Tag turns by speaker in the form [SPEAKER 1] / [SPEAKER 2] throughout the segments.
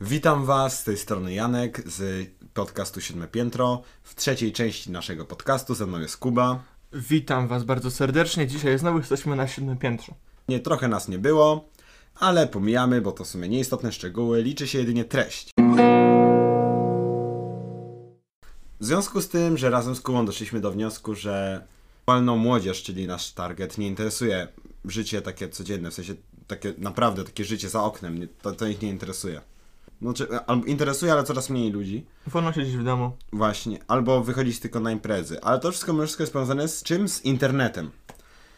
[SPEAKER 1] Witam Was, z tej strony Janek z podcastu Siódme Piętro. W trzeciej części naszego podcastu ze mną jest Kuba.
[SPEAKER 2] Witam Was bardzo serdecznie. Dzisiaj znowu jesteśmy na siódmym piętrze.
[SPEAKER 1] Nie, trochę nas nie było, ale pomijamy, bo to w sumie nieistotne szczegóły, liczy się jedynie treść. W związku z tym, że razem z Kubą doszliśmy do wniosku, że aktualną młodzież, czyli nasz target, nie interesuje życie takie codzienne, w sensie takie naprawdę takie życie za oknem, nie- to, to ich nie interesuje. Znaczy, albo interesuje, ale coraz mniej ludzi.
[SPEAKER 2] Wolno siedzieć w domu.
[SPEAKER 1] Właśnie, albo wychodzić tylko na imprezy. Ale to wszystko wszystko jest powiązane z czym? Z internetem.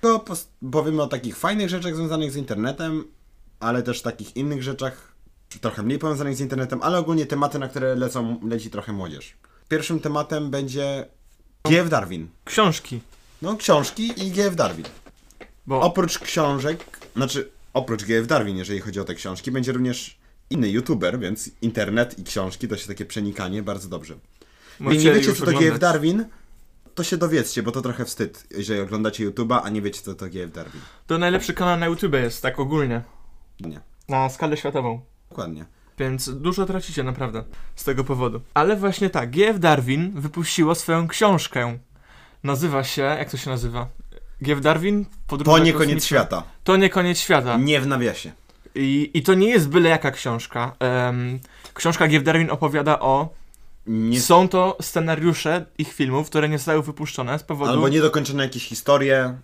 [SPEAKER 1] Tylko pos- powiemy o takich fajnych rzeczach związanych z internetem, ale też takich innych rzeczach trochę mniej powiązanych z internetem, ale ogólnie tematy, na które lecą, leci trochę młodzież. Pierwszym tematem będzie G.F. Darwin.
[SPEAKER 2] Książki.
[SPEAKER 1] No, książki i G.F. Darwin.
[SPEAKER 2] Bo
[SPEAKER 1] Oprócz książek, znaczy oprócz G.F. Darwin, jeżeli chodzi o te książki, będzie również inny youtuber, więc internet i książki to się takie przenikanie bardzo dobrze. Jeżeli nie
[SPEAKER 2] musieli
[SPEAKER 1] wiecie,
[SPEAKER 2] już
[SPEAKER 1] co to
[SPEAKER 2] oglądać.
[SPEAKER 1] GF Darwin, to się dowiedzcie, bo to trochę wstyd, jeżeli oglądacie YouTube'a, a nie wiecie, co to GF Darwin.
[SPEAKER 2] To najlepszy kanał na YouTube jest, tak ogólnie.
[SPEAKER 1] Nie,
[SPEAKER 2] Na skalę światową.
[SPEAKER 1] dokładnie.
[SPEAKER 2] Więc dużo tracicie naprawdę z tego powodu. Ale właśnie tak, G.F. Darwin wypuściło swoją książkę. Nazywa się, jak to się nazywa? G.F. Darwin?
[SPEAKER 1] To
[SPEAKER 2] Podróże
[SPEAKER 1] nie
[SPEAKER 2] kosmiczne. Tak.
[SPEAKER 1] koniec świata.
[SPEAKER 2] To nie koniec świata.
[SPEAKER 1] Nie w nawiasie.
[SPEAKER 2] I, i to nie jest byle jaka książka. Em, książka G.F. Darwin opowiada o
[SPEAKER 1] Nie,
[SPEAKER 2] Są to scenariusze ich filmów, które nie zostały wypuszczone z powodu.
[SPEAKER 1] albo niedokończone jakieś historie.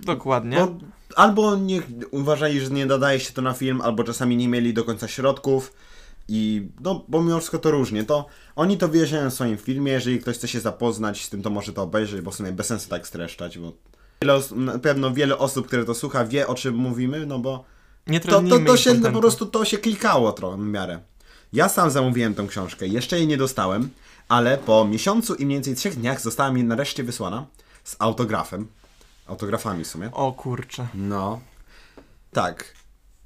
[SPEAKER 2] Dokładnie.
[SPEAKER 1] No, albo nie, uważali, że nie nadaje się to na film, albo czasami nie mieli do końca środków. I no, bo mimo wszystko to różnie. To oni to wyjaśniają w swoim filmie. Jeżeli ktoś chce się zapoznać z tym, to może to obejrzeć, bo w sumie bez sensu tak streszczać, bo wiele os- na pewno wiele osób, które to słucha, wie o czym mówimy, no bo
[SPEAKER 2] nie
[SPEAKER 1] to, to,
[SPEAKER 2] trenujmy
[SPEAKER 1] to
[SPEAKER 2] ich
[SPEAKER 1] się no,
[SPEAKER 2] kontentu.
[SPEAKER 1] po prostu to się klikało trochę w miarę. Ja sam zamówiłem tą książkę, jeszcze jej nie dostałem, ale po miesiącu i mniej więcej trzech dniach została mi nareszcie wysłana z autografem. Autografami w sumie.
[SPEAKER 2] O kurczę.
[SPEAKER 1] No. Tak.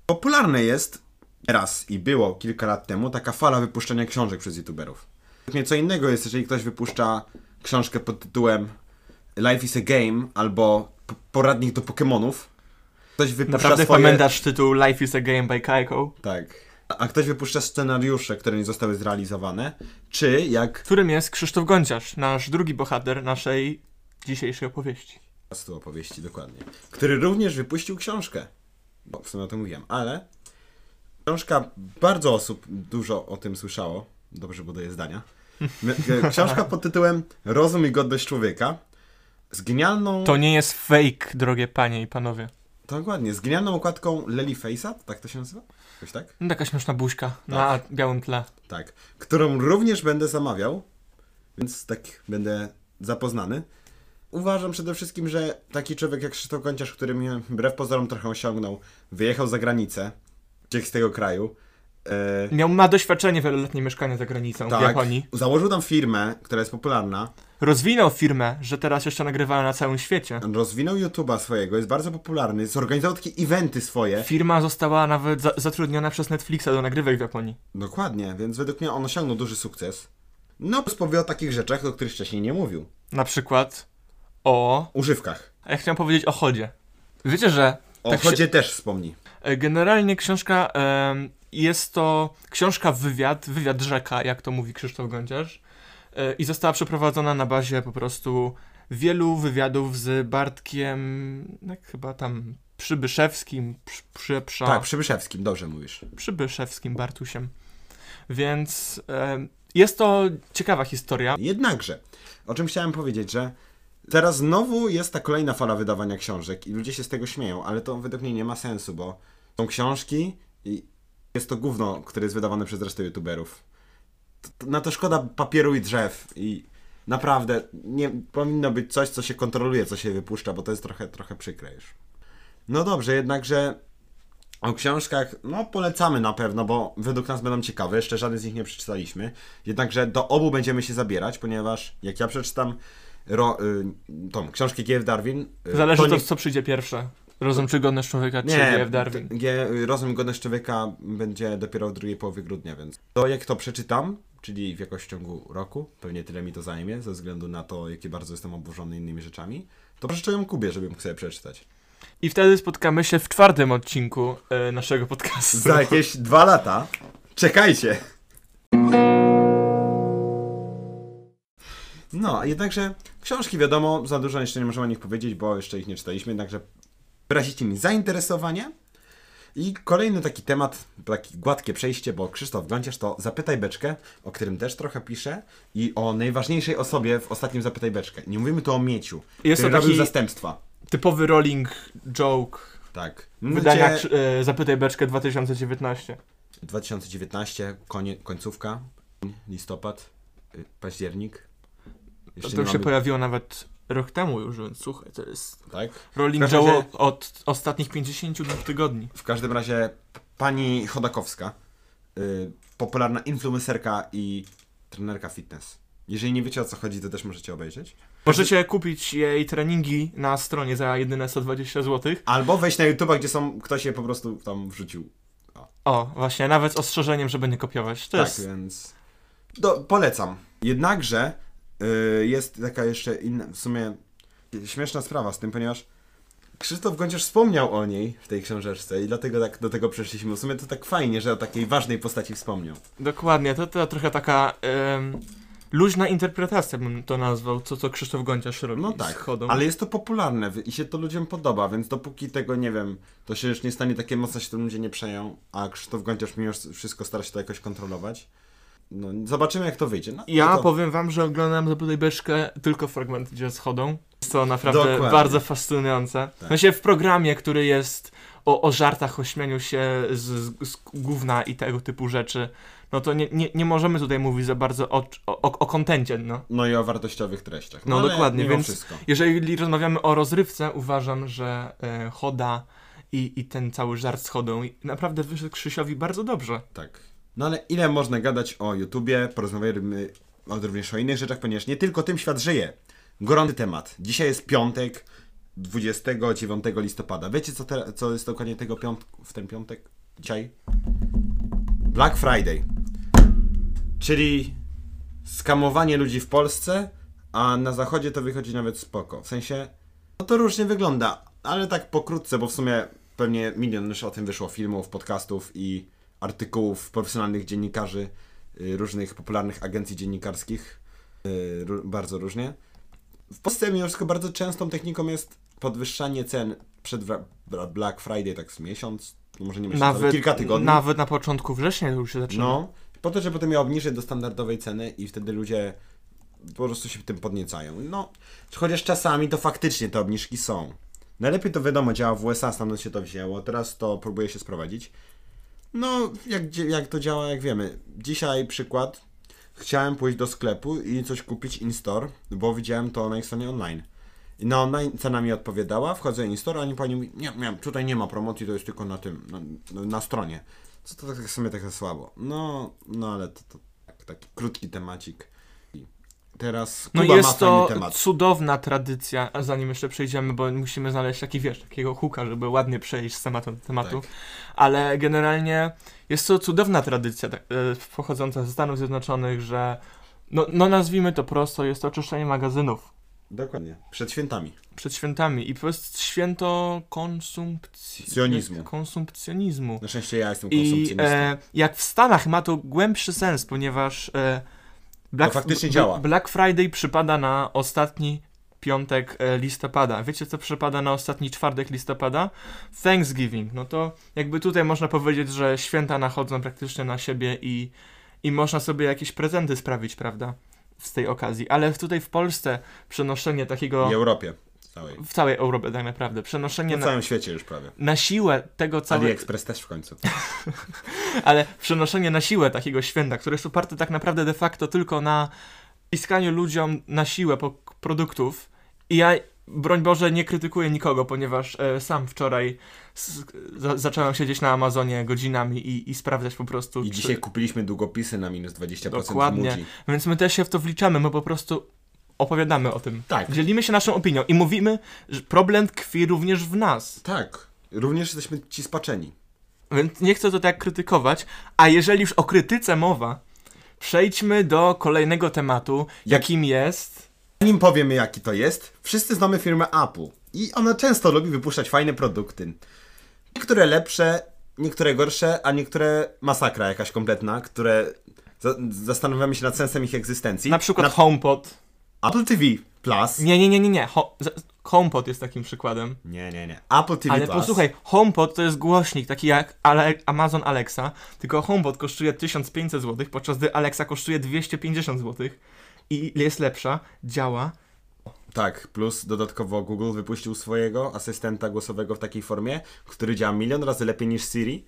[SPEAKER 1] Popularne jest teraz i było kilka lat temu taka fala wypuszczania książek przez youtuberów. Zupełnie co innego jest, jeżeli ktoś wypuszcza książkę pod tytułem Life is a Game albo p- Poradnik do Pokémonów. Ktoś wypuszcza
[SPEAKER 2] Naprawdę
[SPEAKER 1] swoje...
[SPEAKER 2] pamiętasz tytuł Life is a Game by Kaiko?
[SPEAKER 1] Tak. A ktoś wypuszcza scenariusze, które nie zostały zrealizowane, czy jak
[SPEAKER 2] W którym jest Krzysztof Gonciarz, nasz drugi bohater naszej dzisiejszej opowieści.
[SPEAKER 1] z tu opowieści dokładnie, który również wypuścił książkę. Bo w sumie o tym mówiłem, ale książka bardzo osób dużo o tym słyszało. Dobrze buduję zdania. My- e, Książka pod tytułem Rozum i godność człowieka z genialną,
[SPEAKER 2] To nie jest fake, drogie panie i panowie.
[SPEAKER 1] dokładnie, z genialną okładką Lely Face'a, tak to się nazywa? Coś tak?
[SPEAKER 2] No, Taka śmieszna buźka na białym tle.
[SPEAKER 1] Tak. Którą również będę zamawiał, więc tak będę zapoznany. Uważam przede wszystkim, że taki człowiek jak Krzysztof Gonciarz, który mnie wbrew pozorom trochę osiągnął, wyjechał za granicę, uciekł z tego kraju. e,
[SPEAKER 2] Miał, ma doświadczenie wieloletnie mieszkania za granicą w
[SPEAKER 1] tak,
[SPEAKER 2] Japonii.
[SPEAKER 1] założył tam firmę, która jest popularna,
[SPEAKER 2] Rozwinął firmę, że teraz jeszcze nagrywa na całym świecie.
[SPEAKER 1] rozwinął YouTube'a swojego, jest bardzo popularny, zorganizował takie eventy swoje.
[SPEAKER 2] Firma została nawet za zatrudniona przez Netflixa do nagrywek w Japonii.
[SPEAKER 1] Dokładnie, więc według mnie on osiągnął duży sukces. No, plus powie o takich rzeczach, o których wcześniej nie mówił.
[SPEAKER 2] Na przykład o.
[SPEAKER 1] Używkach.
[SPEAKER 2] a Ja chciałem powiedzieć o chodzie. Wiecie, że.
[SPEAKER 1] O
[SPEAKER 2] tak się-
[SPEAKER 1] chodzie też wspomni.
[SPEAKER 2] e, Generalnie książka em, jest to książka wywiad, wywiad rzeka, jak to mówi Krzysztof Gądziarz. E, I została przeprowadzona na bazie po prostu wielu wywiadów z Bartkiem, jak chyba tam Przybyszewskim, przy, Przyprza,
[SPEAKER 1] Tak, Przybyszewskim, dobrze mówisz.
[SPEAKER 2] Przybyszewskim Bartusiem. Więc em, jest to ciekawa historia.
[SPEAKER 1] Jednakże, o czym chciałem powiedzieć, że teraz znowu jest ta kolejna fala wydawania książek i ludzie się z tego śmieją, ale to według mnie nie ma sensu, bo są książki i jest to gówno, które jest wydawane przez resztę youtuberów. To, to, na to szkoda papieru i drzew i naprawdę nie powinno być coś, co się kontroluje, co się wypuszcza, bo to jest trochę, trochę przykre już. No dobrze, jednakże o książkach, no polecamy na pewno, bo według nas będą ciekawe. Jeszcze żaden z nich nie przeczytaliśmy. Jednakże do obu będziemy się zabierać, ponieważ jak ja przeczytam ro, y, tą książkę G.F. Darwin. y,
[SPEAKER 2] Zależy to,
[SPEAKER 1] nie-
[SPEAKER 2] co przyjdzie pierwsze. Rozum czy godność człowieka, czy
[SPEAKER 1] nie,
[SPEAKER 2] G.F. Darwin.
[SPEAKER 1] G, rozum i godność człowieka będzie dopiero w drugiej połowie grudnia, więc to jak to przeczytam, czyli w jakoś w ciągu roku, pewnie tyle mi to zajmie, ze względu na to, jakie bardzo jestem oburzony innymi rzeczami, to przeczytę ją Kubie, żeby mógł sobie przeczytać.
[SPEAKER 2] I wtedy spotkamy się w czwartym odcinku e, naszego podcastu.
[SPEAKER 1] Za jakieś dwa lata. Czekajcie! No, a jednakże książki wiadomo, za dużo jeszcze nie możemy o nich powiedzieć, bo jeszcze ich nie czytaliśmy, jednakże wyrazicie mi zainteresowanie. I kolejny taki temat, takie gładkie przejście, bo Krzysztof Gąciarz to Zapytaj Beczkę, o którym też trochę pisze i o najważniejszej osobie w ostatnim Zapytaj Beczkę. Nie mówimy tu o Mieciu,
[SPEAKER 2] Jest
[SPEAKER 1] który
[SPEAKER 2] to taki-
[SPEAKER 1] robił zastępstwa.
[SPEAKER 2] Typowy rolling joke
[SPEAKER 1] Tak.
[SPEAKER 2] wydania
[SPEAKER 1] Gdzie-
[SPEAKER 2] Krzy- e, Zapytaj Beczkę 2019.
[SPEAKER 1] 2019, konie, końcówka, listopad, y, październik.
[SPEAKER 2] To,
[SPEAKER 1] Jeszcze
[SPEAKER 2] to
[SPEAKER 1] nie
[SPEAKER 2] się
[SPEAKER 1] mamy-
[SPEAKER 2] pojawiło nawet rok temu już, więc słuchaj, to jest
[SPEAKER 1] Tak?
[SPEAKER 2] rolling
[SPEAKER 1] W każdym
[SPEAKER 2] joke
[SPEAKER 1] razie-
[SPEAKER 2] od ostatnich 52 tygodni.
[SPEAKER 1] W każdym razie pani Chodakowska, y, popularna influencerka i trenerka fitness. Jeżeli nie wiecie o co chodzi, to też możecie obejrzeć.
[SPEAKER 2] Możecie kupić jej treningi na stronie za jedyne 120 zł.
[SPEAKER 1] Albo wejść na YouTube'a, gdzie są, ktoś je po prostu tam wrzucił.
[SPEAKER 2] O, właśnie, nawet z ostrzeżeniem, żeby nie kopiować. To
[SPEAKER 1] tak,
[SPEAKER 2] jest
[SPEAKER 1] więc do, polecam. Jednakże y, jest taka jeszcze inna, w sumie śmieszna sprawa z tym, ponieważ Krzysztof Gąciarz wspomniał o niej w tej książeczce i dlatego tak do tego przeszliśmy. W sumie to tak fajnie, że o takiej ważnej postaci wspomniał.
[SPEAKER 2] dokładnie, to, to trochę taka em, luźna interpretacja bym to nazwał, co to Krzysztof Gąciarz robi
[SPEAKER 1] No
[SPEAKER 2] z
[SPEAKER 1] tak,
[SPEAKER 2] chodą.
[SPEAKER 1] ale jest to popularne wy- i się to ludziom podoba, więc dopóki tego, nie wiem, to się już nie stanie takie mocno, się to ludzie nie przeją, a Krzysztof Gąciarz mimo wszystko stara się to jakoś kontrolować. No, zobaczymy jak to wyjdzie. No,
[SPEAKER 2] Ja
[SPEAKER 1] to...
[SPEAKER 2] powiem wam, że oglądam Zapytaj Beczkę tylko fragment, gdzie z chodą, co naprawdę
[SPEAKER 1] Dokładnie.
[SPEAKER 2] bardzo fascynujące.
[SPEAKER 1] Tak.
[SPEAKER 2] Tak. No się w programie, który jest o, o żartach, o śmianiu się z, z, z gówna i tego typu rzeczy, no to nie, nie, nie możemy tutaj mówić za bardzo o, o, o kontencie, no.
[SPEAKER 1] No i o wartościowych treściach.
[SPEAKER 2] No
[SPEAKER 1] ale
[SPEAKER 2] dokładnie,
[SPEAKER 1] mimo
[SPEAKER 2] więc-
[SPEAKER 1] Wszystko.
[SPEAKER 2] Jeżeli rozmawiamy o rozrywce, uważam, że e, Choda i, i ten cały żart z Chodą naprawdę wyszedł Krzysiowi bardzo dobrze.
[SPEAKER 1] Tak. No ale ile można gadać o YouTubie? Porozmawiajmy o- również o innych rzeczach, ponieważ nie tylko tym świat żyje. Gorący temat. Dzisiaj jest piątek, 29 listopada. Wiecie, co, te, co jest dokładnie tego piątku, w ten piątek? Dzisiaj? Black Friday. Czyli skamowanie ludzi w Polsce, a na zachodzie to wychodzi nawet spoko. W sensie, no to różnie wygląda, ale tak pokrótce, bo w sumie pewnie milion już o tym wyszło filmów, podcastów i artykułów profesjonalnych dziennikarzy y, różnych popularnych agencji dziennikarskich. y, ró- Bardzo różnie. W Polsce mimo wszystko bardzo częstą techniką jest podwyższanie cen przed wra- bra- Black Friday, tak z miesiąc, no może nie miesiąc, ale kilka tygodni.
[SPEAKER 2] Nawet na początku września już się zaczyna.
[SPEAKER 1] No, po to, żeby potem je obniżyć do standardowej ceny i wtedy ludzie po prostu się tym podniecają. No, chociaż czasami to faktycznie te obniżki są. Najlepiej to wiadomo działa w USA, stamtąd się to wzięło, teraz to próbuje się sprowadzić. No, jak, dzie- jak to działa, jak wiemy. Dzisiaj przykład, chciałem pójść do sklepu i coś kupić in-store, bo widziałem to na ich stronie online. I na online cena mi odpowiadała, wchodzę in-store, a oni pani mówi, nie, nie, tutaj nie ma promocji, to jest tylko na tym, na, na stronie. Co to tak w sumie tak słabo? No, no ale to, to tak, taki krótki temacik. I teraz
[SPEAKER 2] No
[SPEAKER 1] Kuba ma
[SPEAKER 2] jest
[SPEAKER 1] fajny
[SPEAKER 2] to
[SPEAKER 1] temat.
[SPEAKER 2] cudowna tradycja, a zanim jeszcze przejdziemy, bo musimy znaleźć taki, wiesz, takiego huka, żeby ładnie przejść z tematu do tematu,
[SPEAKER 1] Tak.
[SPEAKER 2] ale generalnie jest to cudowna tradycja tak, e, pochodząca ze Stanów Zjednoczonych, że no, no nazwijmy to prosto, jest to oczyszczenie magazynów.
[SPEAKER 1] Dokładnie, przed świętami.
[SPEAKER 2] przed świętami i to jest święto konsumpcjonizmu.
[SPEAKER 1] Cjonizmu.
[SPEAKER 2] konsumpcjonizmu.
[SPEAKER 1] Na szczęście ja jestem
[SPEAKER 2] I
[SPEAKER 1] konsumpcjonistą.
[SPEAKER 2] e, jak w Stanach ma to głębszy sens, ponieważ e, Black,
[SPEAKER 1] To No, faktycznie
[SPEAKER 2] b-
[SPEAKER 1] działa.
[SPEAKER 2] Black Friday przypada na ostatni piątek e, listopada. Wiecie co przypada na ostatni czwartek listopada? Thanksgiving. No to jakby tutaj można powiedzieć, że święta nachodzą praktycznie na siebie i, i można sobie jakieś prezenty sprawić, prawda? Z tej okazji. Ale tutaj w Polsce przenoszenie takiego
[SPEAKER 1] I Europie całej.
[SPEAKER 2] w całej Europie tak naprawdę. Przenoszenie
[SPEAKER 1] w No
[SPEAKER 2] na,
[SPEAKER 1] całym świecie już prawie.
[SPEAKER 2] na siłę tego całego,
[SPEAKER 1] AliExpress też w końcu.
[SPEAKER 2] ale przenoszenie na siłę takiego święta, które jest oparte tak naprawdę de facto tylko na piskaniu ludziom na siłę po produktów i ja broń Boże nie krytykuję nikogo, ponieważ e, sam wczoraj s- za, zacząłem siedzieć na Amazonie godzinami i, i sprawdzać po prostu
[SPEAKER 1] I
[SPEAKER 2] czy-
[SPEAKER 1] dzisiaj kupiliśmy długopisy na minus 20%
[SPEAKER 2] Dokładnie.
[SPEAKER 1] Dokładnie. Moody.
[SPEAKER 2] Więc my też się w to wliczamy, my po prostu opowiadamy o tym.
[SPEAKER 1] Tak.
[SPEAKER 2] Dzielimy się naszą opinią i mówimy, że problem tkwi również w nas.
[SPEAKER 1] Tak. Również jesteśmy ci spaczeni.
[SPEAKER 2] Więc nie chcę to tak krytykować, a jeżeli już o krytyce mowa, przejdźmy do kolejnego tematu,
[SPEAKER 1] Jak-
[SPEAKER 2] jakim jest.
[SPEAKER 1] Zanim powiemy jaki to jest, wszyscy znamy firmę Apple i ona często lubi wypuszczać fajne produkty. Niektóre lepsze, niektóre gorsze, a niektóre masakra jakaś kompletna, które za- zastanawiamy się nad sensem ich egzystencji.
[SPEAKER 2] Na przykład HomePod.
[SPEAKER 1] Apple TV Plus.
[SPEAKER 2] Nie, nie, nie, nie, nie. Ho- z- HomePod jest takim przykładem.
[SPEAKER 1] Nie, nie, nie. Apple TV
[SPEAKER 2] Ale
[SPEAKER 1] Plus.
[SPEAKER 2] posłuchaj, HomePod to jest głośnik taki jak Ale- Amazon Alexa, tylko HomePod kosztuje 1500 zł, podczas gdy Alexa kosztuje 250 zł i jest lepsza, działa.
[SPEAKER 1] Tak, plus dodatkowo Google wypuścił swojego asystenta głosowego w takiej formie, który działa milion razy lepiej niż Siri.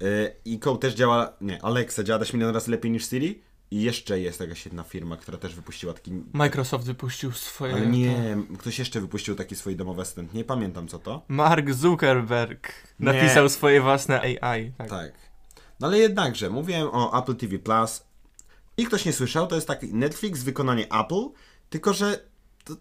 [SPEAKER 1] Yy, I Code też działa, nie, Alexa działa też milion razy lepiej niż Siri. I jeszcze jest jakaś jedna firma, która też wypuściła taki...
[SPEAKER 2] Microsoft wypuścił swoje...
[SPEAKER 1] Ale nie, ktoś jeszcze wypuścił taki swój domowy asystent, nie pamiętam co to.
[SPEAKER 2] Mark Zuckerberg
[SPEAKER 1] Nie.
[SPEAKER 2] napisał swoje własne AI. Tak.
[SPEAKER 1] Tak. No ale jednakże, mówiłem o Apple TV Plus i ktoś nie słyszał, to jest taki Netflix, wykonanie Apple, tylko że... To,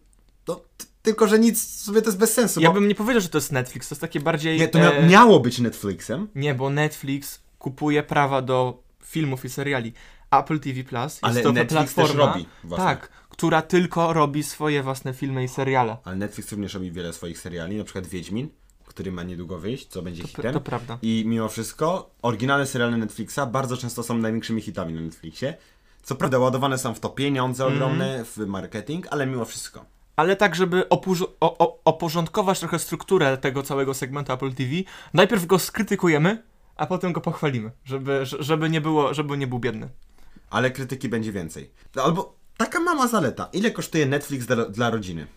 [SPEAKER 1] to, t- tylko, że nic sobie to jest bez sensu,
[SPEAKER 2] Ja
[SPEAKER 1] No bo...
[SPEAKER 2] bym nie powiedział, że to jest Netflix, to jest takie bardziej...
[SPEAKER 1] Nie, to mia-
[SPEAKER 2] e,
[SPEAKER 1] miało być Netflixem,
[SPEAKER 2] nie, bo Netflix kupuje prawa do filmów i seriali. Apple TV Plus jest
[SPEAKER 1] Ale
[SPEAKER 2] to
[SPEAKER 1] Netflix też
[SPEAKER 2] platforma,
[SPEAKER 1] robi własne.
[SPEAKER 2] tak, która tylko robi swoje własne filmy i seriale.
[SPEAKER 1] ale Netflix również robi wiele swoich seriali, na przykład Wiedźmin, który ma niedługo wyjść, co będzie
[SPEAKER 2] To, no.
[SPEAKER 1] hitem.
[SPEAKER 2] to prawda.
[SPEAKER 1] I mimo wszystko, oryginalne seriale Netflixa bardzo często są największymi hitami na Netflixie. Co prawda ładowane są w to pieniądze
[SPEAKER 2] Mhm.
[SPEAKER 1] ogromne, w marketing, ale mimo wszystko.
[SPEAKER 2] Ale tak, żeby opuż- o- o- oporządkować trochę strukturę tego całego segmentu Apple TV, najpierw go skrytykujemy, a potem go pochwalimy, żeby, ż- żeby, nie, było, żeby nie był biedny.
[SPEAKER 1] Ale krytyki będzie więcej. No Albo taka mała zaleta. Ile kosztuje Netflix dla, dla rodziny?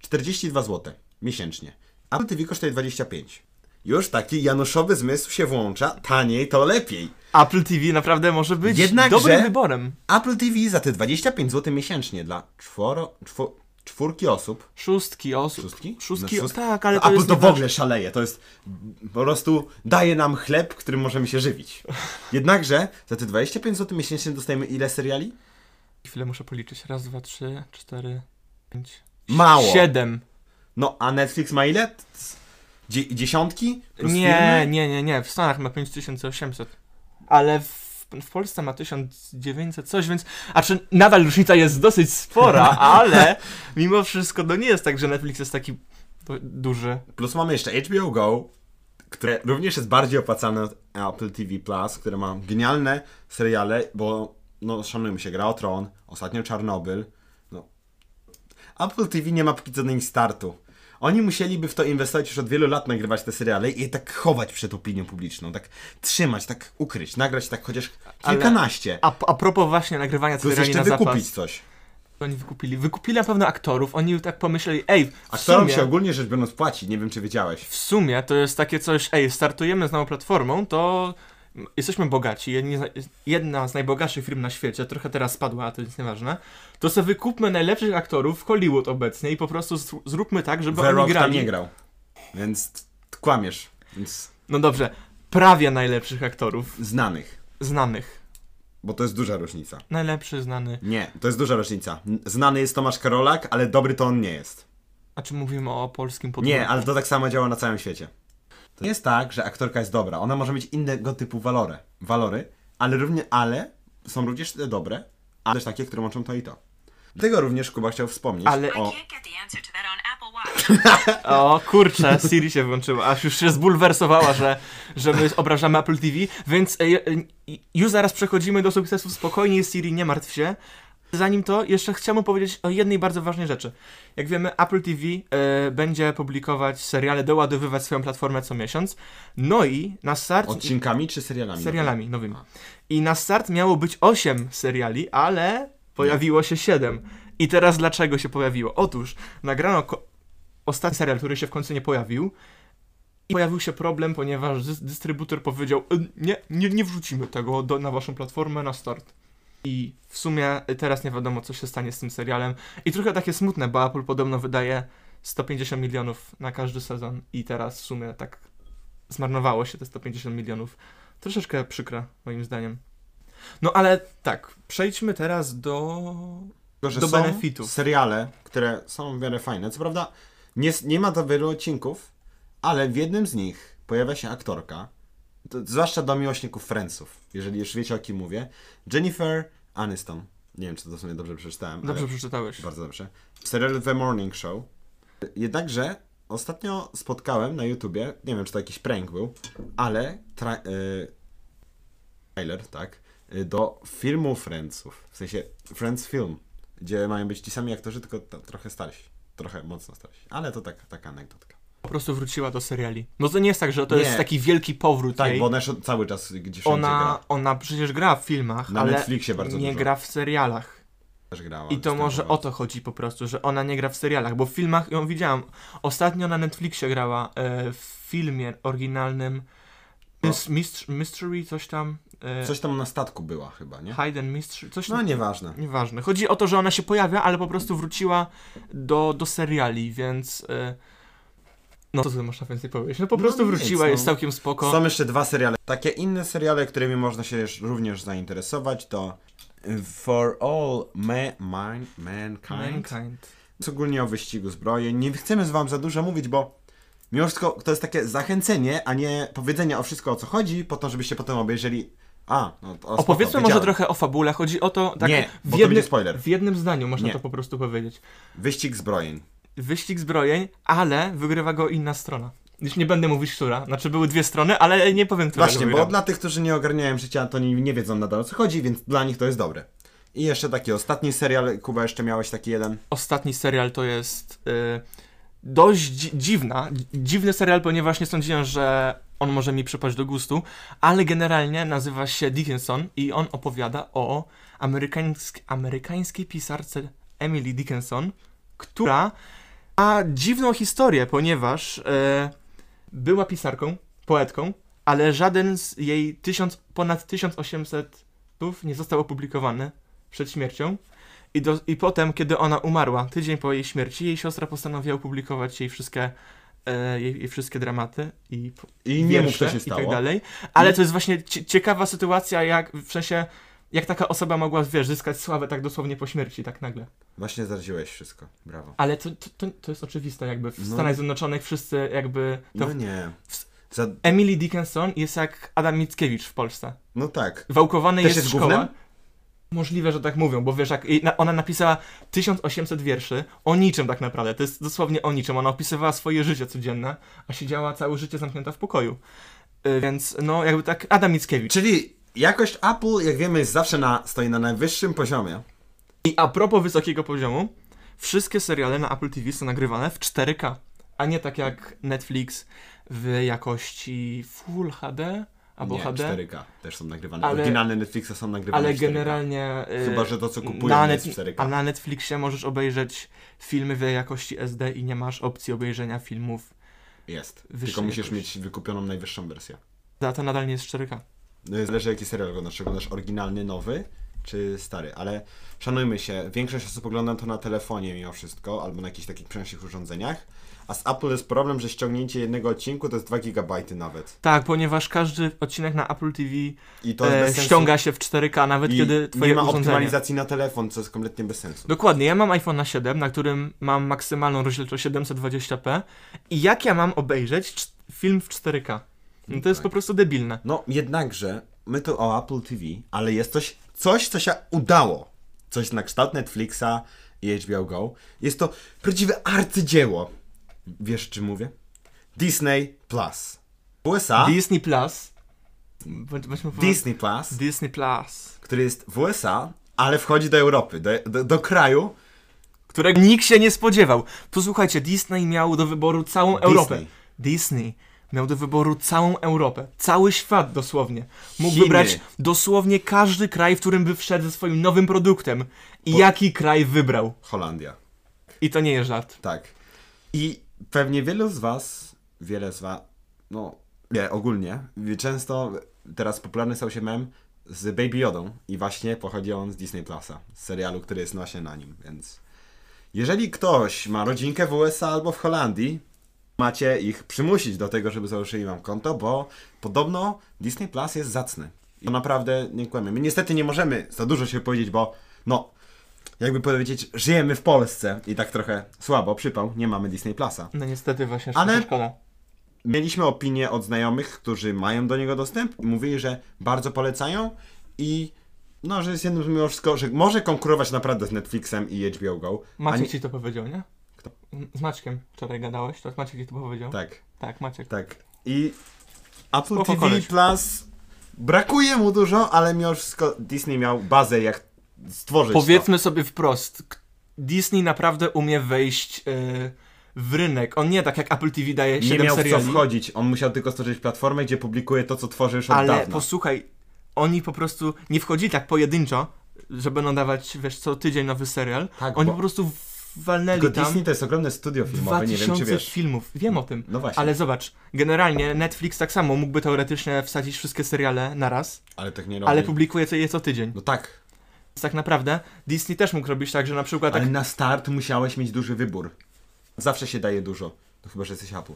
[SPEAKER 1] 42 zł miesięcznie. Apple TV kosztuje 25. Już taki januszowy zmysł się włącza. Taniej to lepiej.
[SPEAKER 2] Apple TV naprawdę może być
[SPEAKER 1] Jednakże-
[SPEAKER 2] dobrym wyborem.
[SPEAKER 1] Apple TV za te 25 zł miesięcznie dla czworo, czwo, czwórki osób.
[SPEAKER 2] Szóstki osób.
[SPEAKER 1] Szóstki?
[SPEAKER 2] Szóstki,
[SPEAKER 1] No, szóst-
[SPEAKER 2] tak, ale
[SPEAKER 1] No,
[SPEAKER 2] to
[SPEAKER 1] Apple
[SPEAKER 2] jest
[SPEAKER 1] to w
[SPEAKER 2] nieważne.
[SPEAKER 1] ogóle szaleje. To jest po prostu daje nam chleb, którym możemy się żywić. Jednakże za te 25 zł miesięcznie dostajemy ile seriali?
[SPEAKER 2] Chwilę muszę policzyć. Raz, dwa, trzy, cztery, pięć,
[SPEAKER 1] Mało.
[SPEAKER 2] siedem.
[SPEAKER 1] No a Netflix ma ile? Dzie- dziesiątki? Plus
[SPEAKER 2] Nie,
[SPEAKER 1] filmy?
[SPEAKER 2] nie, nie, nie. W Stanach ma 5800. Ale w, w Polsce ma 1900 coś, więc... A czy nadal różnica jest dosyć spora, ale mimo wszystko no nie jest tak, że Netflix jest taki du- duży.
[SPEAKER 1] Plus mamy jeszcze HBO Go, które również jest bardziej opłacane od Apple TV Plus, które ma genialne seriale, bo no szanujmy się, Gra o Tron, ostatnio Czarnobyl. No. Apple TV nie ma póki co do nich startu. Oni musieliby w to inwestować już od wielu lat, nagrywać te seriale i je tak chować przed opinią publiczną, tak trzymać, tak ukryć, nagrać tak chociaż
[SPEAKER 2] Ale-
[SPEAKER 1] kilkanaście.
[SPEAKER 2] A, a propos właśnie nagrywania
[SPEAKER 1] Plus
[SPEAKER 2] seriali
[SPEAKER 1] jeszcze
[SPEAKER 2] na zapas.
[SPEAKER 1] wykupić coś.
[SPEAKER 2] Oni wykupili. Wykupili na pewno aktorów. Oni tak pomyśleli, ej,
[SPEAKER 1] A
[SPEAKER 2] w
[SPEAKER 1] kto
[SPEAKER 2] sumie...
[SPEAKER 1] się ogólnie rzecz biorąc płaci, nie wiem czy wiedziałeś.
[SPEAKER 2] w sumie to jest takie coś, ej, startujemy z nową platformą, to jesteśmy bogaci, jedni z- jedna z najbogatszych firm na świecie, trochę teraz spadła, ale to nic nieważne, to sobie wykupmy najlepszych aktorów w Hollywood obecnie i po prostu z- zróbmy tak, żeby
[SPEAKER 1] The
[SPEAKER 2] oni
[SPEAKER 1] Rock tam
[SPEAKER 2] grali.
[SPEAKER 1] nie grał. Więc t- t- kłamiesz. Więc
[SPEAKER 2] No dobrze, prawie najlepszych aktorów,
[SPEAKER 1] znanych.
[SPEAKER 2] znanych.
[SPEAKER 1] Bo to jest duża różnica.
[SPEAKER 2] Najlepszy, znany.
[SPEAKER 1] Nie, to jest duża różnica. N- Znany jest Tomasz Karolak, ale dobry to on nie jest.
[SPEAKER 2] A czy mówimy o polskim podwórku?
[SPEAKER 1] Nie, ale to tak samo działa na całym świecie. To nie jest tak, że aktorka jest dobra. Ona może mieć innego typu walory, walory ale równie, ale są również te dobre, ale też takie, które łączą to i to. Dlatego również Kuba chciał wspomnieć
[SPEAKER 2] Ale-
[SPEAKER 3] I
[SPEAKER 1] o...
[SPEAKER 3] can't get the answer to that on Apple Watch.
[SPEAKER 2] O kurczę, Siri się wyłączyła, aż już się zbulwersowała, że, że my obrażamy Apple TV, więc e, e, już zaraz przechodzimy do sukcesów. Spokojnie Siri, nie martw się. Zanim to, jeszcze chciałbym powiedzieć o jednej bardzo ważnej rzeczy. Jak wiemy, Apple TV e, będzie publikować seriale, doładowywać swoją platformę co miesiąc. No i na start...
[SPEAKER 1] Odcinkami czy serialami?
[SPEAKER 2] serialami nowymi. I na start miało być 8 seriali, ale pojawiło się 7. I teraz dlaczego się pojawiło? Otóż nagrano ko- ostatni serial, który się w końcu nie pojawił. I pojawił się problem, ponieważ dys- dystrybutor powiedział: "Y, nie, nie, nie wrzucimy tego do, na waszą platformę na start. I w sumie teraz nie wiadomo, co się stanie z tym serialem. I trochę takie smutne, bo Apple podobno wydaje 150 milionów na każdy sezon, i teraz w sumie tak zmarnowało się te 150 milionów. Troszeczkę przykre, moim zdaniem. No ale tak, przejdźmy teraz do.
[SPEAKER 1] Tylko, że
[SPEAKER 2] Do
[SPEAKER 1] są
[SPEAKER 2] benefitów.
[SPEAKER 1] seriale, które są w miarę fajne. Co prawda nie, nie ma to wielu odcinków, ale w jednym z nich pojawia się aktorka, to, zwłaszcza do miłośników Friendsów, jeżeli już wiecie o kim mówię, Jennifer Aniston. Nie wiem, czy to sobie dobrze przeczytałem,
[SPEAKER 2] Dobrze
[SPEAKER 1] ale
[SPEAKER 2] przeczytałeś.
[SPEAKER 1] bardzo dobrze. W serialu The Morning Show. Jednakże ostatnio spotkałem na YouTubie, nie wiem, czy to jakiś prank był, ale tra- y- e, trailer, tak, y, do filmu Friendsów. W sensie Friends Film, gdzie mają być ci sami aktorzy, tylko to, trochę starsi. Trochę mocno starsi. Ale to tak, taka anegdotka.
[SPEAKER 2] Po prostu wróciła do seriali. No to nie jest tak, że to
[SPEAKER 1] Nie.
[SPEAKER 2] jest taki wielki powrót
[SPEAKER 1] Tak,
[SPEAKER 2] jej.
[SPEAKER 1] bo ona sz- cały czas gdzieś
[SPEAKER 2] ona,
[SPEAKER 1] gra.
[SPEAKER 2] ona przecież gra w filmach,
[SPEAKER 1] Na
[SPEAKER 2] ale
[SPEAKER 1] Netflixie bardzo
[SPEAKER 2] nie
[SPEAKER 1] dużo.
[SPEAKER 2] gra w serialach.
[SPEAKER 1] Też grała,
[SPEAKER 2] I to może o
[SPEAKER 1] występowała.
[SPEAKER 2] to chodzi po prostu, że ona nie gra w serialach, bo w filmach ją widziałam. Ostatnio na Netflixie grała e, w filmie oryginalnym
[SPEAKER 1] No.
[SPEAKER 2] Mys- Mist- Mystery, coś tam. E,
[SPEAKER 1] Coś tam na statku była chyba, nie?
[SPEAKER 2] Hide and Mystery, coś
[SPEAKER 1] No nieważne.
[SPEAKER 2] Nieważne. Chodzi o to, że ona się pojawia, ale po prostu wróciła do, do seriali, więc. e, No co tu można więcej powiedzieć? No po
[SPEAKER 1] No
[SPEAKER 2] prostu
[SPEAKER 1] nic,
[SPEAKER 2] wróciła,
[SPEAKER 1] no.
[SPEAKER 2] jest całkiem spoko.
[SPEAKER 1] Są jeszcze dwa seriale. Takie inne seriale, którymi można się już- również zainteresować, to y, For All Me, Mine, Mankind.
[SPEAKER 2] Mankind.
[SPEAKER 1] Jest ogólnie o wyścigu zbrojen. Nie chcemy z wam za dużo mówić, bo mimo wszystko to jest takie zachęcenie, a nie powiedzenie o wszystko o co chodzi, po to, żebyście potem obejrzeli. A, no to spoko,
[SPEAKER 2] Opowiedzmy może
[SPEAKER 1] wiedziałem.
[SPEAKER 2] trochę o fabule. Chodzi o to, tak
[SPEAKER 1] Nie, bo
[SPEAKER 2] w,
[SPEAKER 1] to
[SPEAKER 2] jednym,
[SPEAKER 1] będzie spoiler.
[SPEAKER 2] w jednym zdaniu można
[SPEAKER 1] Nie.
[SPEAKER 2] to po prostu powiedzieć.
[SPEAKER 1] Wyścig zbrojeń.
[SPEAKER 2] Wyścig zbrojeń, ale wygrywa go inna strona. Już nie będę mówić, która. Znaczy były dwie strony, ale nie powiem, która
[SPEAKER 1] Właśnie,
[SPEAKER 2] wygrała.
[SPEAKER 1] bo dla tych, którzy nie ogarniają życia, to nie, nie wiedzą nadal o co chodzi, więc dla nich to jest dobre. I jeszcze taki ostatni serial, Kuba, jeszcze miałeś taki jeden.
[SPEAKER 2] ostatni serial to jest y, dość dzi- dziwna, dzi- dziwny serial, ponieważ nie sądziłem, że on może mi przypaść do gustu, ale generalnie nazywa się Dickinson i on opowiada o amerykańsk- amerykańskiej pisarce Emily Dickinson, która ma dziwną historię, ponieważ y, była pisarką, poetką, ale żaden z jej tysiąc, ponad 1800 tów nie został opublikowany przed śmiercią. I, do, I potem, kiedy ona umarła, tydzień po jej śmierci, jej siostra postanowiła opublikować jej wszystkie, e, jej, jej wszystkie dramaty i, p-
[SPEAKER 1] I nie mów,
[SPEAKER 2] wiersze
[SPEAKER 1] co się
[SPEAKER 2] i tak
[SPEAKER 1] stało.
[SPEAKER 2] dalej. Ale
[SPEAKER 1] I-
[SPEAKER 2] to jest właśnie cie- ciekawa sytuacja, jak w sensie, jak taka osoba mogła, wiesz, zyskać sławę tak dosłownie po śmierci, tak nagle.
[SPEAKER 1] Właśnie zdradziłeś wszystko. Brawo.
[SPEAKER 2] Ale to, to, to, to jest oczywiste, jakby w
[SPEAKER 1] No.
[SPEAKER 2] Stanach Zjednoczonych wszyscy jakby... To
[SPEAKER 1] No nie. Za...
[SPEAKER 2] Emily Dickinson jest jak Adam Mickiewicz w Polsce.
[SPEAKER 1] No tak.
[SPEAKER 2] Wałkowane
[SPEAKER 1] Też
[SPEAKER 2] jest,
[SPEAKER 1] jest
[SPEAKER 2] szkoła.
[SPEAKER 1] gównem?
[SPEAKER 2] Możliwe, że tak mówią, bo wiesz, jak jej- na- ona napisała 1800 wierszy o niczym tak naprawdę. To jest dosłownie o niczym. Ona opisywała swoje życie codzienne, a siedziała całe życie zamknięta w pokoju. Y, Więc no, jakby tak Adam Mickiewicz.
[SPEAKER 1] Czyli jakość Apple, jak wiemy, jest zawsze na, stoi na najwyższym poziomie.
[SPEAKER 2] I a propos wysokiego poziomu, wszystkie seriale na Apple TV są nagrywane w 4K, a nie tak jak Netflix w jakości Full HD albo
[SPEAKER 1] nie,
[SPEAKER 2] HD.
[SPEAKER 1] 4K też są nagrywane.
[SPEAKER 2] Ale-
[SPEAKER 1] Oryginalne Netflixa są nagrywane
[SPEAKER 2] Ale
[SPEAKER 1] w 4K.
[SPEAKER 2] generalnie. y,
[SPEAKER 1] Chyba, że to, co kupują,
[SPEAKER 2] na
[SPEAKER 1] jest w 4K.
[SPEAKER 2] A na Netflixie możesz obejrzeć filmy w jakości SD i nie masz opcji obejrzenia filmów.
[SPEAKER 1] Jest. Tylko
[SPEAKER 2] wyższej
[SPEAKER 1] musisz
[SPEAKER 2] jakości.
[SPEAKER 1] mieć wykupioną najwyższą wersję.
[SPEAKER 2] A to nadal nie jest 4K.
[SPEAKER 1] No i Zależy jaki serial oglądasz. Czy Oglądasz oryginalny, nowy czy stary, ale szanujmy się, większość osób ogląda to na telefonie mimo wszystko, albo na jakichś takich przenośnych urządzeniach, a z Apple jest problem, że ściągnięcie jednego odcinku to jest 2 GB nawet.
[SPEAKER 2] Tak, ponieważ każdy odcinek na Apple TV
[SPEAKER 1] I to jest
[SPEAKER 2] e,
[SPEAKER 1] bez sensu.
[SPEAKER 2] ściąga się w 4K, nawet
[SPEAKER 1] I
[SPEAKER 2] kiedy twoje
[SPEAKER 1] nie ma
[SPEAKER 2] urządzenie.
[SPEAKER 1] optymalizacji na telefon, co jest kompletnie bez sensu.
[SPEAKER 2] Dokładnie, ja mam iPhone 7, na którym mam maksymalną rozdzielczość 720p i jak ja mam obejrzeć cz- film w 4K? No to jest
[SPEAKER 1] tak.
[SPEAKER 2] po prostu debilne.
[SPEAKER 1] No jednakże, my tu o Apple TV, ale jest coś, coś co się udało. Coś na kształt Netflixa i HBO Go. Jest to prawdziwe arcydzieło. Wiesz czym mówię? Disney Plus. USA,
[SPEAKER 2] Disney Plus. Bądź- bądźmy poważni.
[SPEAKER 1] Disney Plus,
[SPEAKER 2] Disney Plus.
[SPEAKER 1] który jest w USA, ale wchodzi do Europy, do, do, do kraju
[SPEAKER 2] którego nikt się nie spodziewał. Posłuchajcie, Disney miał do wyboru całą Europę. Disney miał do wyboru całą Europę, cały świat dosłownie. Mógł
[SPEAKER 1] Chiny.
[SPEAKER 2] wybrać dosłownie każdy kraj, w którym by wszedł ze swoim nowym produktem. I jaki kraj wybrał?
[SPEAKER 1] Holandia.
[SPEAKER 2] I to nie jest żart.
[SPEAKER 1] Tak. I pewnie wielu z was, wiele z was, no nie, ogólnie, często teraz popularny stał się mem z Baby Jodą i właśnie pochodzi on z Disney Plusa, z serialu, który jest właśnie na nim, więc jeżeli ktoś ma rodzinkę w USA albo w Holandii, macie ich przymusić do tego, żeby założyli wam konto, bo podobno Disney Plus jest zacny. I to naprawdę nie kłamię. My niestety nie możemy za dużo się powiedzieć, bo no, jakby powiedzieć, żyjemy w Polsce i tak trochę słabo, przypał, nie mamy Disney Plusa.
[SPEAKER 2] No niestety właśnie,
[SPEAKER 1] Ale-
[SPEAKER 2] Ale... szkoda.
[SPEAKER 1] Mieliśmy opinie od znajomych, którzy mają do niego dostęp i mówili, że bardzo polecają i no, że jest jednym z mimo wszystko, że może konkurować naprawdę z Netflixem i HBO Go. a
[SPEAKER 2] Maciek
[SPEAKER 1] nie-
[SPEAKER 2] ci to powiedział, nie?
[SPEAKER 1] Kto?
[SPEAKER 2] Z Maćkiem wczoraj gadałeś, to Maciek ci to powiedział?
[SPEAKER 1] Tak.
[SPEAKER 2] Tak, Maciek.
[SPEAKER 1] Tak. I Apple
[SPEAKER 2] Spoko
[SPEAKER 1] TV
[SPEAKER 2] koleś.
[SPEAKER 1] Plus Brakuje mu dużo, ale mimo wszystko Disney miał bazę, jak stworzyć to.
[SPEAKER 2] Powiedzmy sobie wprost, k- Disney naprawdę umie wejść e, w rynek. On nie tak jak Apple TV daje 7
[SPEAKER 1] Nie miał w co
[SPEAKER 2] seriali,
[SPEAKER 1] wchodzić, on musiał tylko stworzyć platformę, gdzie publikuje to, co tworzy już od
[SPEAKER 2] ale
[SPEAKER 1] dawna.
[SPEAKER 2] posłuchaj, oni po prostu nie wchodzili tak pojedynczo, że będą dawać, wiesz, co tydzień nowy serial.
[SPEAKER 1] Tak,
[SPEAKER 2] oni
[SPEAKER 1] bo-
[SPEAKER 2] po prostu walnęli
[SPEAKER 1] Tylko
[SPEAKER 2] tam
[SPEAKER 1] Disney to jest ogromne studio filmowe, nie wiem czy
[SPEAKER 2] 2000
[SPEAKER 1] wiesz.
[SPEAKER 2] filmów. Wiem o tym.
[SPEAKER 1] No właśnie.
[SPEAKER 2] Ale zobacz, generalnie Netflix tak samo mógłby teoretycznie wsadzić wszystkie seriale naraz,
[SPEAKER 1] Ale tak nie robi.
[SPEAKER 2] ale publikuje je co tydzień.
[SPEAKER 1] No tak,
[SPEAKER 2] Więc tak naprawdę Disney też mógł robić tak, że na przykład tak
[SPEAKER 1] ale na start musiałeś mieć duży wybór. Zawsze się daje dużo. No chyba, że jesteś Apple.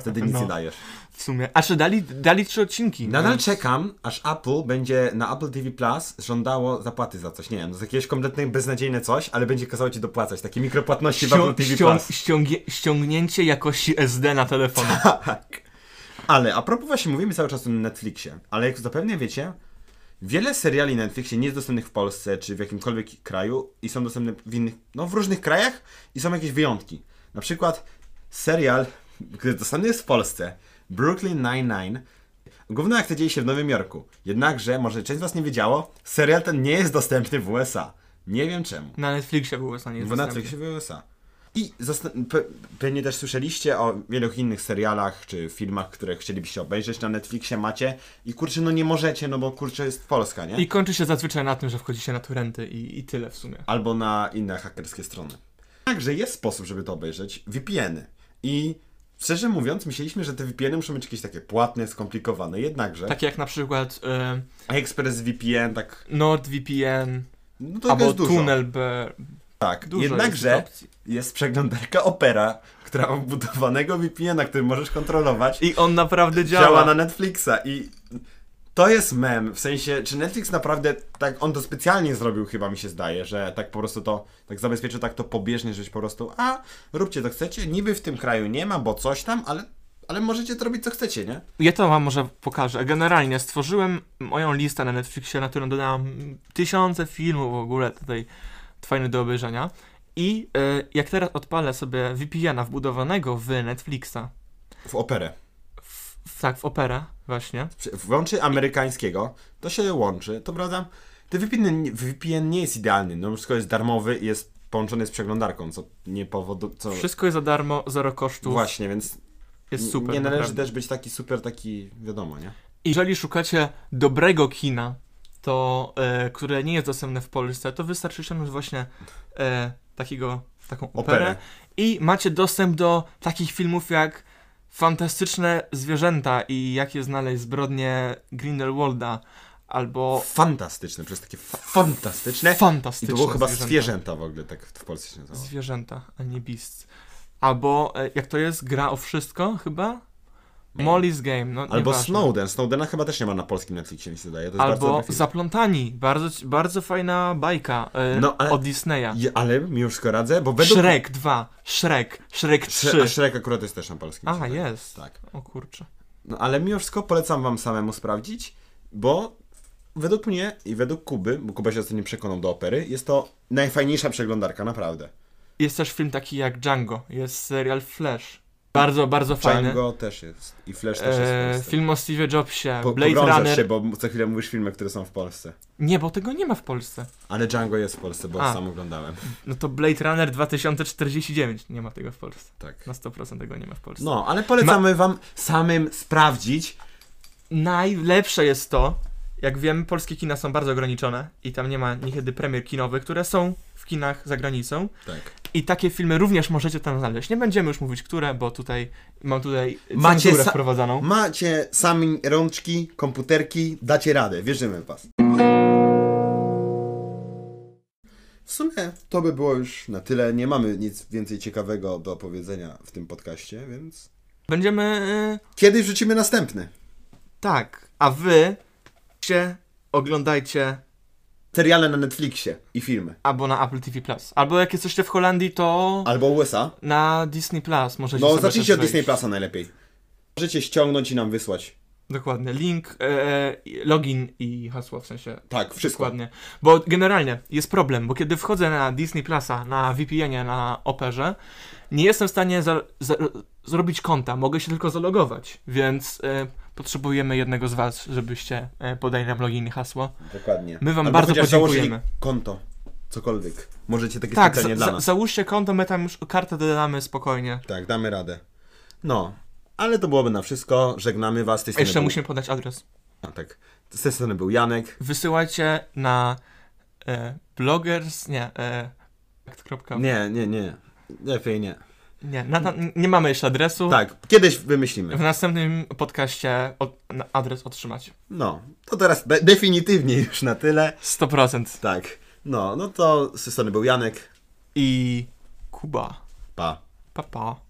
[SPEAKER 1] Wtedy nic
[SPEAKER 2] No.
[SPEAKER 1] nie dajesz.
[SPEAKER 2] w sumie. A czy dali, dali trzy odcinki? No.
[SPEAKER 1] Nadal
[SPEAKER 2] więc-
[SPEAKER 1] czekam, aż Apple będzie na Apple TV Plus żądało zapłaty za coś. Nie wiem, za jakieś kompletne beznadziejne coś, ale będzie kazało ci dopłacać. Takie mikropłatności w
[SPEAKER 2] Ścią,
[SPEAKER 1] Apple TV
[SPEAKER 2] ścią,
[SPEAKER 1] Plus.
[SPEAKER 2] ściągnie, ściągnięcie jakości SD na telefon.
[SPEAKER 1] Tak. Ale a propos właśnie mówimy cały czas o Netflixie, ale jak zapewne wiecie, wiele seriali na Netflixie nie jest dostępnych w Polsce czy w jakimkolwiek kraju i są dostępne w innych, no w różnych krajach i są jakieś wyjątki. Na przykład serial, który dostępny jest w Polsce, Brooklyn Nine-Nine, Główna akcja dzieje się w Nowym Jorku. Jednakże, może część z Was nie wiedziało, serial ten nie jest dostępny w USA. Nie wiem czemu.
[SPEAKER 2] Na Netflixie było stanie
[SPEAKER 1] W Netflixie w USA. I zosta- pe- pewnie też słyszeliście o wielu innych serialach czy filmach, które chcielibyście obejrzeć na Netflixie, macie i kurczę, no nie możecie, no bo kurczę jest Polska, nie?
[SPEAKER 2] I kończy się zazwyczaj na tym, że wchodzicie na turenty i, i tyle w sumie.
[SPEAKER 1] Albo na inne hakerskie strony. Także jest sposób, żeby to obejrzeć, VPN-y. I szczerze mówiąc, myśleliśmy, że te VPN-y y muszą być jakieś takie płatne, skomplikowane, jednakże
[SPEAKER 2] Takie Tak jak na przykład e,
[SPEAKER 1] Express VPN, tak,
[SPEAKER 2] NordVPN
[SPEAKER 1] no to
[SPEAKER 2] albo
[SPEAKER 1] jest dużo.
[SPEAKER 2] Tunnel B.
[SPEAKER 1] Tak,
[SPEAKER 2] Dużo
[SPEAKER 1] jednakże
[SPEAKER 2] jest
[SPEAKER 1] jest,
[SPEAKER 2] opcji.
[SPEAKER 1] przeglądarka Opera, która ma wbudowanego VPN-a, który możesz kontrolować.
[SPEAKER 2] I on naprawdę działa.
[SPEAKER 1] działa. na Netflixa i to jest mem, w sensie, czy Netflix naprawdę, tak, on to specjalnie zrobił chyba, mi się zdaje, że tak po prostu to, tak zabezpieczył tak to pobieżnie, żeś po prostu, a, róbcie co chcecie, niby w tym kraju nie ma, bo coś tam, ale, ale możecie to robić co chcecie, nie?
[SPEAKER 2] Ja to wam może pokażę. Generalnie stworzyłem moją listę na Netflixie, na którą dodałam tysiące filmów w ogóle tutaj fajne do obejrzenia. I e, jak teraz odpalę sobie VPN-a wbudowanego w Netflixa,
[SPEAKER 1] W operę.
[SPEAKER 2] w, w, tak, w operę właśnie,
[SPEAKER 1] Włączy amerykańskiego, to się łączy, to prawda? Ten VPN, VPN nie jest idealny, no wszystko jest darmowy i jest połączony z przeglądarką, co nie powodu, co...
[SPEAKER 2] wszystko jest za darmo, zero kosztów,
[SPEAKER 1] Właśnie, więc
[SPEAKER 2] jest super.
[SPEAKER 1] nie należy
[SPEAKER 2] naprawdę.
[SPEAKER 1] też być taki super, taki, wiadomo, nie?
[SPEAKER 2] I Jeżeli szukacie dobrego kina, to e, które nie jest dostępne w Polsce, to wystarczy ściągnąć właśnie e, takiego, taką operę,
[SPEAKER 1] Operę.
[SPEAKER 2] i macie dostęp do takich filmów jak Fantastyczne zwierzęta i jakie znaleźć zbrodnie Grindelwalda albo
[SPEAKER 1] fantastyczne, przez takie fa- fantastyczne. I
[SPEAKER 2] Fantastyczne
[SPEAKER 1] to było chyba
[SPEAKER 2] zwierzęta.
[SPEAKER 1] zwierzęta, w ogóle, tak w Polsce się nazywało.
[SPEAKER 2] Zwierzęta, a nie beasts. Albo e, jak to jest, gra o wszystko chyba? Molly's Game, no
[SPEAKER 1] Albo
[SPEAKER 2] nieważne.
[SPEAKER 1] Snowden. Snowdena chyba też nie ma na polskim Netflixie, mi się wydaje. To jest bardzo
[SPEAKER 2] Albo
[SPEAKER 1] dobry film.
[SPEAKER 2] Zaplątani, bardzo, bardzo fajna bajka e,
[SPEAKER 1] No, ale-
[SPEAKER 2] od Disneya.
[SPEAKER 1] Je, ale mi już wszystko radzę, bo według...
[SPEAKER 2] Shrek 2, Shrek, Shrek
[SPEAKER 1] Sze-
[SPEAKER 2] 3.
[SPEAKER 1] A Shrek akurat jest też na polskim. mi się
[SPEAKER 2] A,
[SPEAKER 1] wydaje.
[SPEAKER 2] jest.
[SPEAKER 1] Tak.
[SPEAKER 2] O kurczę.
[SPEAKER 1] No ale mimo wszystko polecam wam samemu sprawdzić, bo według mnie i według Kuby, bo Kuba się ostatnio przekonał do opery, jest to najfajniejsza przeglądarka, naprawdę.
[SPEAKER 2] Jest też film taki jak Django, jest serial Flash. Bardzo, bardzo fajny.
[SPEAKER 1] Django też jest i Flash też jest w
[SPEAKER 2] E,
[SPEAKER 1] Polsce.
[SPEAKER 2] film o Steve Jobsie,
[SPEAKER 1] Po-
[SPEAKER 2] Blade
[SPEAKER 1] pogrążasz
[SPEAKER 2] Runner.
[SPEAKER 1] się, bo co chwilę mówisz filmy, które są w Polsce.
[SPEAKER 2] Nie, bo tego nie ma w Polsce.
[SPEAKER 1] Ale Django jest w Polsce, bo
[SPEAKER 2] A.
[SPEAKER 1] sam oglądałem.
[SPEAKER 2] No to Blade Runner 2049 nie ma tego w Polsce.
[SPEAKER 1] Tak.
[SPEAKER 2] Na 100% tego nie ma w Polsce.
[SPEAKER 1] No, ale polecamy wam samym sprawdzić.
[SPEAKER 2] Najlepsze jest to, jak wiem, polskie kina są bardzo ograniczone i tam nie ma niekiedy premier kinowych, które są w kinach za granicą.
[SPEAKER 1] Tak.
[SPEAKER 2] I takie filmy również możecie tam znaleźć. Nie będziemy już mówić, które, bo tutaj mam tutaj
[SPEAKER 1] Macie
[SPEAKER 2] cenzurę
[SPEAKER 1] sa-
[SPEAKER 2] wprowadzaną.
[SPEAKER 1] Macie sami rączki, komputerki, dacie radę, wierzymy w was. W sumie to by było już na tyle. Nie mamy nic więcej ciekawego do powiedzenia w tym podcaście, więc
[SPEAKER 2] Będziemy... y,
[SPEAKER 1] kiedy wrzucimy następny?
[SPEAKER 2] Tak. A wy się oglądajcie
[SPEAKER 1] Seriale na Netflixie i filmy.
[SPEAKER 2] albo na Apple TV+. Plus, Albo jak jesteście w Holandii, to
[SPEAKER 1] Albo USA.
[SPEAKER 2] na Disney+. Plus możecie
[SPEAKER 1] No,
[SPEAKER 2] sobie
[SPEAKER 1] zacznijcie
[SPEAKER 2] też
[SPEAKER 1] od Disney
[SPEAKER 2] wejść.
[SPEAKER 1] Plusa najlepiej. Możecie ściągnąć i nam wysłać.
[SPEAKER 2] Dokładnie. Link, e, login i hasło, w sensie
[SPEAKER 1] Tak, wszystko.
[SPEAKER 2] Dokładnie. Bo generalnie jest problem, bo kiedy wchodzę na Disney Plusa, na VPN-ie, na Operze, nie jestem w stanie za, za, zrobić konta, mogę się tylko zalogować, więc e, Potrzebujemy jednego z was, żebyście e, podali nam login i hasło.
[SPEAKER 1] Dokładnie.
[SPEAKER 2] My wam bardzo
[SPEAKER 1] chociaż
[SPEAKER 2] podziękujemy.
[SPEAKER 1] założyli konto. Cokolwiek. Możecie takie
[SPEAKER 2] Tak,
[SPEAKER 1] specjalnie
[SPEAKER 2] za,
[SPEAKER 1] dla
[SPEAKER 2] za,
[SPEAKER 1] nas.
[SPEAKER 2] załóżcie konto, my tam już kartę dodamy spokojnie.
[SPEAKER 1] Tak, damy radę. No. Ale to byłoby na wszystko. Żegnamy was. Z tej strony
[SPEAKER 2] Jeszcze
[SPEAKER 1] był...
[SPEAKER 2] musimy podać adres.
[SPEAKER 1] A, tak. Z tej strony był Janek.
[SPEAKER 2] Wysyłajcie na e, bloggers, nie, e, kropka-
[SPEAKER 1] Nie, nie, nie. Lepiej nie.
[SPEAKER 2] nie, na, na, nie mamy jeszcze adresu.
[SPEAKER 1] Tak, kiedyś wymyślimy.
[SPEAKER 2] W następnym podcaście od, na adres otrzymać.
[SPEAKER 1] No, to teraz de- definitywnie już na tyle.
[SPEAKER 2] 100%.
[SPEAKER 1] Tak. No, no to z tej strony był Janek.
[SPEAKER 2] I Kuba.
[SPEAKER 1] Pa.
[SPEAKER 2] Pa, pa.